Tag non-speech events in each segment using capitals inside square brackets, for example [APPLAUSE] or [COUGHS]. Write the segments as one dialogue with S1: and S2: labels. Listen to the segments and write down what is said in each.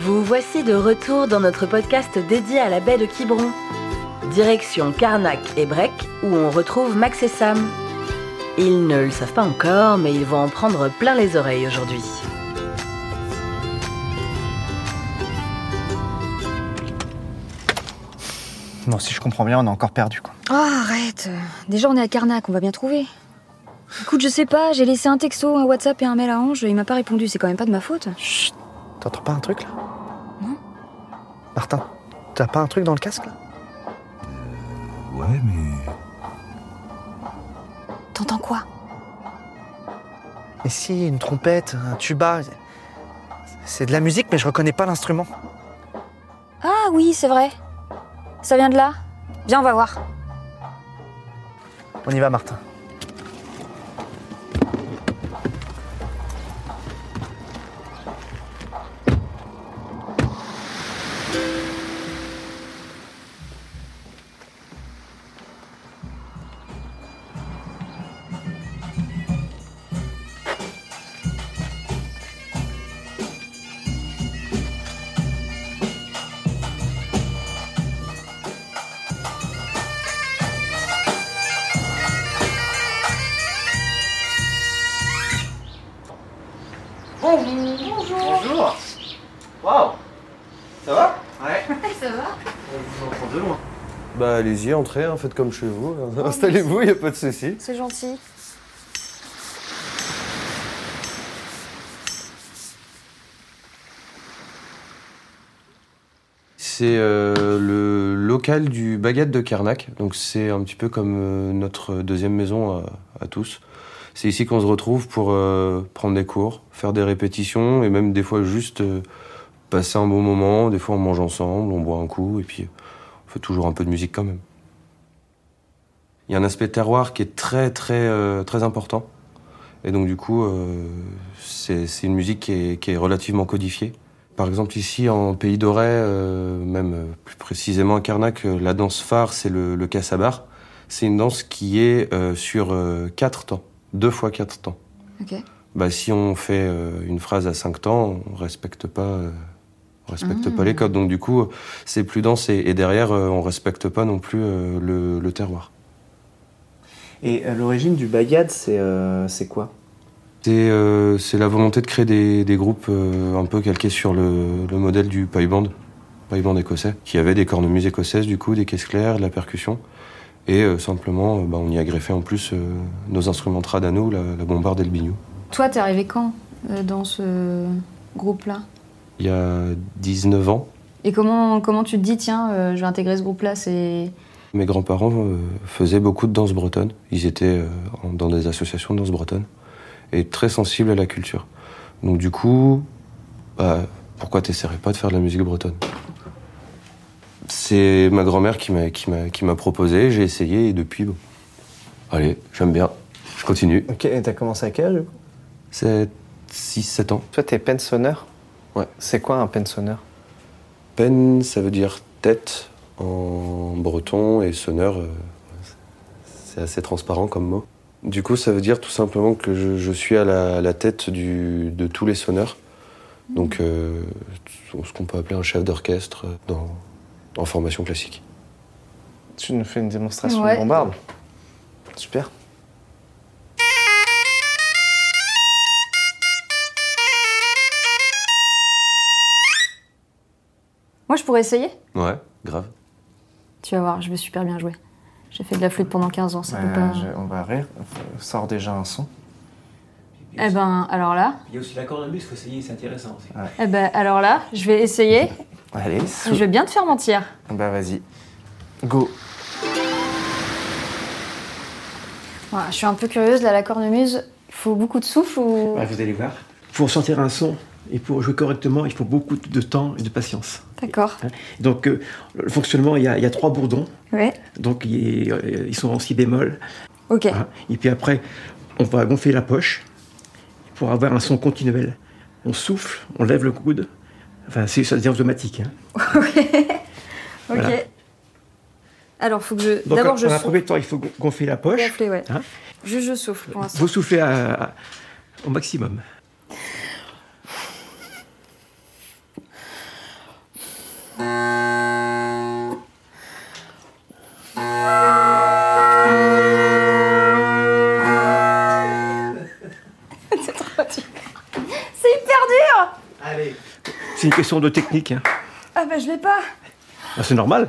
S1: Vous voici de retour dans notre podcast dédié à la baie de Quiberon. Direction Carnac et Brec, où on retrouve Max et Sam. Ils ne le savent pas encore, mais ils vont en prendre plein les oreilles aujourd'hui.
S2: Bon, si je comprends bien, on a encore perdu, quoi.
S3: Oh, arrête Déjà, on est à Carnac, on va bien trouver. Écoute, je sais pas, j'ai laissé un texto, un WhatsApp et un mail à Ange, il m'a pas répondu, c'est quand même pas de ma faute.
S2: Chut T'entends pas un truc, là
S3: Non.
S2: Martin, t'as pas un truc dans le casque, là
S4: Ouais, mais
S3: T'entends quoi
S2: Mais si, une trompette, un tuba... C'est de la musique, mais je reconnais pas l'instrument.
S3: Ah oui, c'est vrai. Ça vient de là Viens, on va voir.
S2: On y va, Martin. Bonjour Waouh Ça va Ouais.
S3: Ça va
S2: On vous entend de loin.
S5: Bah allez-y, entrez, hein, faites comme chez vous. [LAUGHS] hein. Installez-vous, il a pas de souci.
S3: C'est gentil.
S5: C'est euh, le local du Baguette de Carnac, donc c'est un petit peu comme euh, notre deuxième maison à, à tous. C'est ici qu'on se retrouve pour euh, prendre des cours, faire des répétitions et même des fois juste euh, passer un bon moment. Des fois on mange ensemble, on boit un coup et puis euh, on fait toujours un peu de musique quand même. Il y a un aspect terroir qui est très très euh, très important. Et donc du coup, euh, c'est c'est une musique qui est, qui est relativement codifiée. Par exemple ici en Pays d'Auray, euh, même euh, plus précisément à Carnac, euh, la danse phare c'est le, le kassabar. C'est une danse qui est euh, sur euh, quatre temps, deux fois quatre temps.
S3: Ok.
S5: Bah, si on fait euh, une phrase à cinq temps, on respecte pas, euh, on respecte
S3: Ah.
S5: pas les codes. Donc du coup, euh, c'est plus dense et, et derrière, euh, on respecte pas non plus euh, le, le terroir.
S6: Et euh, l'origine du bagad, c'est euh, c'est quoi
S5: C'est euh, c'est la volonté de créer des, des groupes euh, un peu calqués sur le, le modèle du pipe band, pipe band écossais, qui avait des cornemuses écossaises du coup, des caisses claires, de la percussion. Et euh, simplement, euh, bah, on y a greffé en plus euh, nos instruments trad à nous, la, la bombarde et le biniou.
S3: Toi, t'es arrivé quand euh, dans ce groupe-là
S5: Il y a 19 ans,
S3: Et comment, comment tu te dis, tiens, euh, je vais intégrer ce groupe-là C'est.
S5: Mes grands-parents euh, faisaient beaucoup de danse bretonne. Ils étaient euh, en- dans des associations de danse bretonne et très sensibles à la culture. Donc du coup, bah, pourquoi t'essaierais pas de faire de la musique bretonne C'est ma grand-mère qui m'a, qui, m'a, qui m'a proposé, j'ai essayé et depuis, bon, allez, j'aime bien, je continue.
S2: Ok, et t'as commencé à quel âge, du coup
S5: C'est 6-7 ans.
S2: Toi, t'es pensonneur
S5: Ouais.
S2: C'est quoi un pensonneur
S5: Pen, ça veut dire tête en breton et sonneur, euh, c'est assez transparent comme mot. Du coup, ça veut dire tout simplement que je, je suis à la, à la tête du- de tous les sonneurs. Donc, euh, ce qu'on peut appeler un chef d'orchestre dans, en formation classique.
S2: Tu nous fais une démonstration
S3: Ouais.
S2: de bombarde Super.
S3: Moi, je pourrais essayer
S5: Ouais, grave.
S3: Tu vas voir, je vais super bien jouer. J'ai fait de la flûte pendant 15 ans, ça peut
S2: Ouais,
S3: pas.
S2: Bah, je- on va rire. Sors déjà un son.
S3: Eh ben, alors là,
S7: Il y a aussi la cornemuse, il faut essayer, c'est intéressant aussi.
S3: eh ben, alors là, je vais essayer.
S2: Allez,
S3: Je vais bien te faire mentir.
S2: Bah vas-y. Go.
S3: Voilà, je suis un peu curieuse, là, la cornemuse, il faut beaucoup de souffle ou.
S7: Ouais, vous allez voir. Pour sortir un son et pour jouer correctement, il faut beaucoup de temps et de patience.
S3: D'accord.
S7: Donc, euh, le fonctionnement, il y, a, il y a trois bourdons.
S3: Ouais.
S7: Donc, il- euh, ils sont en si bémol.
S3: Ok.
S7: hein. Et puis après, on va gonfler la poche pour avoir un son continuel. On souffle, on lève le coude. Enfin, c'est, ça devient automatique. hein.
S3: Ok.
S7: Voilà.
S3: Alors, faut que je.
S7: Donc,
S3: D'abord,
S7: en-
S3: je
S7: en un
S3: souffle.
S7: premier temps, il faut gon- gonfler la poche.
S3: Gonfler, ouais.
S7: Hein
S3: Juste, je souffle pour l'instant.
S7: Vous soufflez à- à- au maximum. Allez. C'est une question de technique. hein.
S8: Ah bah je l'ai pas
S7: Ah, c'est normal.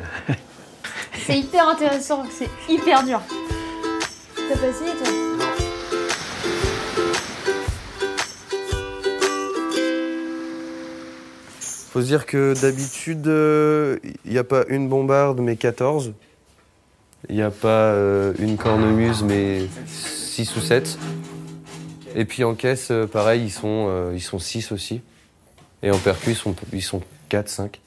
S9: C'est hyper intéressant, c'est hyper dur.
S8: T'as pas essayé toi
S5: Faut se dire que d'habitude, il n'y a pas une bombarde, mais 14. Il n'y a pas euh, une cornemuse, mais 6 ou 7. Et puis en caisse, euh, pareil, ils sont, euh, ils sont 6 aussi. Et en percu, ils sont, ils sont 4, 5.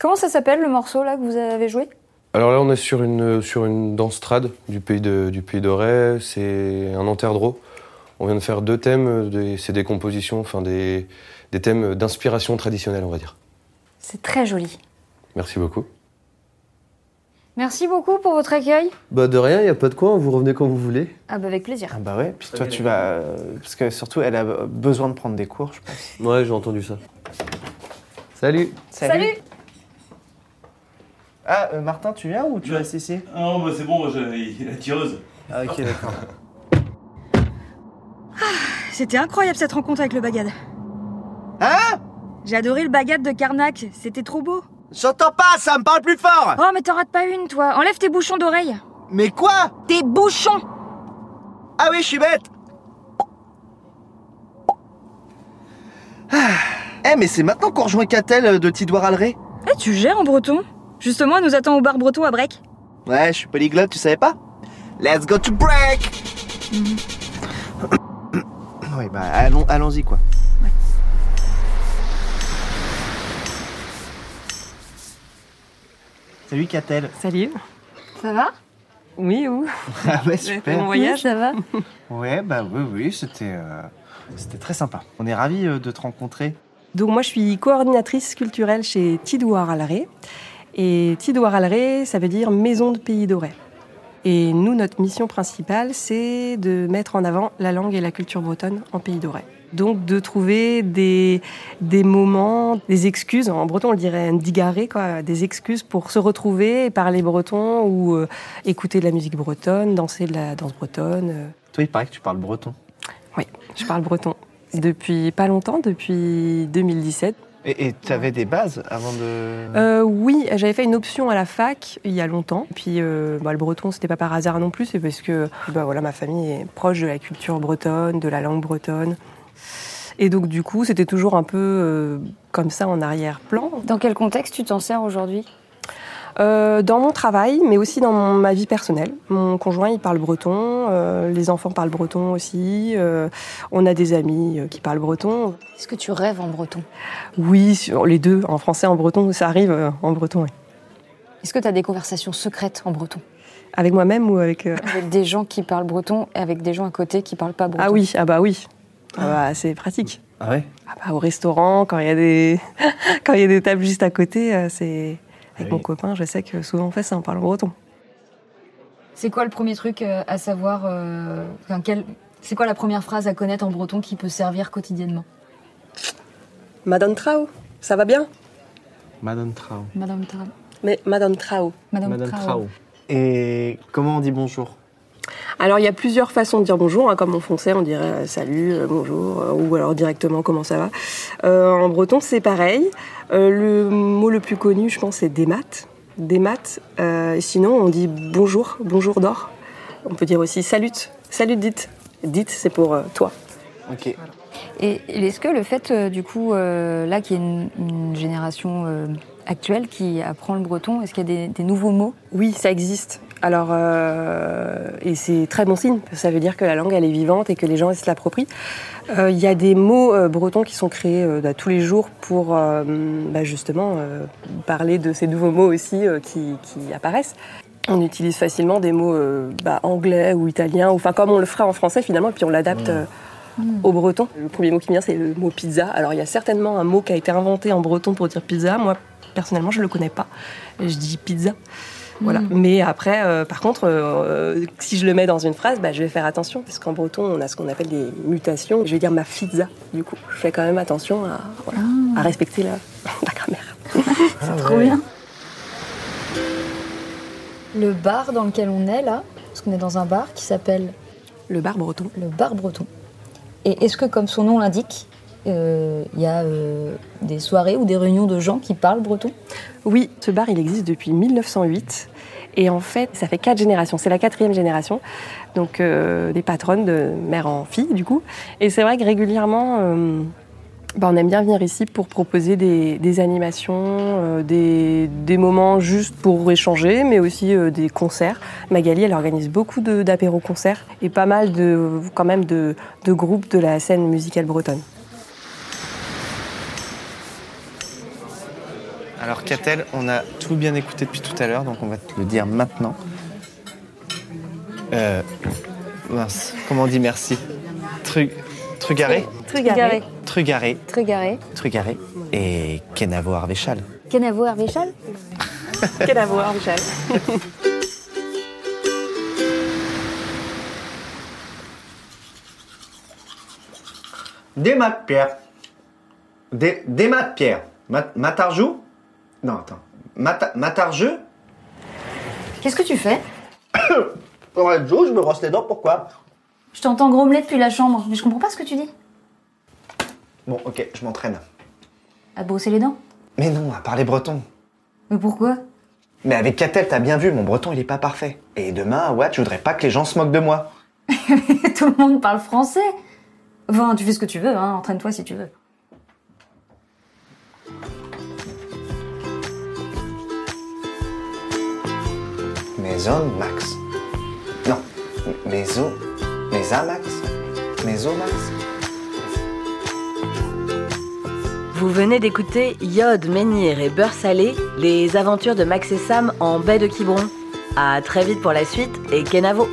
S8: Comment ça s'appelle le morceau là que vous avez joué
S5: Alors là, on est sur une, sur une danse trad du pays de, du pays d'Auray. C'est un enterdro. On vient de faire deux thèmes, euh, des- c'est des compositions, enfin des, des thèmes d'inspiration traditionnelle, on va dire.
S9: C'est très joli.
S5: Merci beaucoup.
S9: Merci beaucoup pour votre accueil.
S5: Bah de rien, y a pas de quoi, vous revenez quand vous voulez.
S9: Ah bah avec plaisir.
S6: Ah bah ouais, puis toi tu vas... euh, parce que surtout elle a besoin de prendre des cours, je pense.
S5: Ouais, j'ai entendu ça. Salut
S8: Salut
S6: Ah, euh, Martin, tu viens ou tu
S10: Ouais.
S6: restes ici
S10: Non, bah c'est bon, j'ai la tireuse.
S6: Ah ok, d'accord.
S3: C'était incroyable cette rencontre avec le bagad.
S2: Hein
S3: J'ai adoré le bagad de Carnac, c'était trop beau.
S2: [LAUGHS] J'entends pas, ça me parle plus fort
S3: Oh mais t'en rates pas une toi, enlève tes bouchons d'oreille.
S2: Mais quoi
S3: Tes bouchons
S2: Ah oui, je suis bête Ah. Eh, mais c'est maintenant qu'on rejoint Catel euh, de Tidouar Alré
S3: Eh tu gères en breton Justement, elle nous attend au bar breton à Break.
S2: Ouais, je suis polyglotte, tu savais pas Let's go to
S6: [COUGHS]
S2: break Oui, bah allons- allons-y quoi.
S6: Salut Catel.
S11: Salut.
S9: Ça va
S11: Oui, où
S6: [LAUGHS] Ah ouais,
S11: Vous avez fait mon
S6: super.
S11: voyage
S9: ça va.
S6: Ouais, bah oui, oui, c'était... euh, C'était très sympa. On est ravis euh, de te rencontrer.
S11: Donc moi, je suis coordinatrice culturelle chez Tidouar Alaré. Et Tidouar Alaré, ça veut dire maison de pays doré. Et nous, notre mission principale, c'est de mettre en avant la langue et la culture bretonne en pays doré. Donc de trouver des, des moments, des excuses, en breton on le dirait un digaré, quoi, des excuses pour se retrouver et parler breton ou euh, écouter de la musique bretonne, danser de la danse bretonne. euh,
S6: Toi, il paraît que tu parles breton.
S11: Je parle breton depuis pas longtemps, depuis 2017.
S6: Et tu avais des bases avant de...
S11: Euh, oui, j'avais fait une option à la fac il y a longtemps. Puis euh, bah, le breton, c'était pas par hasard non plus, c'est parce que bah, voilà, ma famille est proche de la culture bretonne, de la langue bretonne. Et donc du coup, c'était toujours un peu euh, comme ça en arrière-plan.
S9: Dans quel contexte tu t'en sers aujourd'hui
S11: Euh, dans mon travail, mais aussi dans mon- ma vie personnelle. Mon conjoint, il parle breton, euh, les enfants parlent breton aussi, euh, on a des amis euh, qui parlent breton.
S9: Est-ce que tu rêves en breton
S11: Oui, sur les deux, en français, en breton, ça arrive euh, en breton, oui.
S9: Est-ce que tu as des conversations secrètes en breton
S11: Avec moi-même ou avec... euh,
S9: Avec des gens qui parlent breton et avec des gens à côté qui parlent pas breton
S11: Ah oui, ah bah oui. Ah bah, c'est pratique.
S6: Ah ouais
S11: Ah bah, au restaurant, quand il y a des [LAUGHS] quand il y a des tables juste à côté, euh, c'est avec
S6: Ah
S11: mon
S6: oui.
S11: copain, je sais que souvent on fait ça, on parle breton.
S9: C'est quoi le premier truc euh, à savoir euh, enfin, quel- C'est quoi la première phrase à connaître en breton qui peut servir quotidiennement
S11: Madame Trao, ça va bien
S6: Madame Trao.
S9: Madame Trao.
S11: Mais Madame Trao.
S9: Madame, Trao.
S6: Et comment on dit bonjour
S11: Alors il y a plusieurs façons de dire bonjour, hein, comme en français on dirait euh, salut, euh, bonjour, euh, ou alors directement comment ça va. Euh, en breton c'est pareil. Euh, le mot le plus connu je pense c'est démat. Démat. Euh, sinon on dit bonjour, bonjour d'or. On peut dire aussi salut, salut dites. Dites c'est pour euh, toi.
S6: Ok.
S9: Et et est-ce que le fait, euh, du coup, euh, là, qu'il y ait une, une génération euh, actuelle qui apprend le breton, est-ce qu'il y a des, des nouveaux mots
S11: Oui, ça existe. Alors, euh, et c'est très bon signe, parce que ça veut dire que la langue, elle est vivante et que les gens, ils se l'approprient. Euh, Il y a des mots euh, bretons qui sont créés euh, bah, tous les jours pour euh, bah, justement euh, parler de ces nouveaux mots aussi euh, qui, qui apparaissent. On utilise facilement des mots euh, bah, anglais ou italiens, ou enfin comme on le ferait en français finalement, et puis on l'adapte euh, au breton. Le premier mot qui me vient, c'est le mot pizza. Alors, il y a certainement un mot qui a été inventé en breton pour dire pizza. Moi, personnellement, je ne le connais pas. Je dis pizza. Voilà.
S12: Mm.
S11: Mais après, euh, par contre, euh, si je le mets dans une phrase, bah, je vais faire attention, parce qu'en breton, on a ce qu'on appelle des mutations. Je vais dire ma pizza, du coup. Je fais quand même attention à, voilà, à respecter la, [LAUGHS] la grammaire.
S2: C'est
S3: trop bien. Le bar dans lequel on est là, parce qu'on est dans un bar qui s'appelle
S11: le bar breton.
S3: Le bar breton. Et est-ce que, comme son nom l'indique, euh, il y a euh, des soirées ou des réunions de gens qui parlent breton
S11: Oui, ce bar, il existe depuis 1908. Et en fait, ça fait quatre générations. C'est la quatrième génération. Donc, euh, des patronnes de mère en fille, du coup. Et c'est vrai que régulièrement, euh, bah, on aime bien venir ici pour proposer des, des animations, euh, des, des moments juste pour échanger, mais aussi euh, des concerts. Magali, elle organise beaucoup de- d'apéro-concerts et pas mal de, quand même de, de groupes de la scène musicale bretonne.
S6: Alors, Catel, on a tout bien écouté depuis tout à l'heure, donc on va te le dire maintenant. Euh, mince, comment on dit merci Tru, Trugaré
S9: Trugaré.
S6: Trugaré.
S9: Trugaré.
S6: Trugaré. Et Kenavo Arvéchal.
S9: Canavo Arvéchal
S11: Kenavo Arvéchal.
S13: Des mat Pierre. Des, des mat Pierre. Mat- Matarjou Non, attends. Mata, Matarjeu
S9: Qu'est-ce que tu fais
S13: Pour être jour, je me brosse les dents, pourquoi
S9: Je t'entends grommeler depuis la chambre, mais je comprends pas ce que tu dis.
S13: Bon, ok, je m'entraîne.
S9: À te brosser les dents
S13: Mais non, à parler breton.
S9: Mais pourquoi [LAUGHS]
S13: Mais avec Catel, t'as bien vu, mon breton, il est pas parfait. Et demain, à Watt, je voudrais pas que les gens se moquent de moi.
S9: Tout le monde parle français. Enfin, tu fais ce que tu veux, hein, entraîne-toi si tu veux.
S13: Maison Max. Non, M- Maison. Maison Max Maison Max
S1: Vous venez d'écouter Yod, Menhir et Beurre Salé, les aventures de Max et Sam en baie de Quiberon. À très vite pour la suite et Kenavo!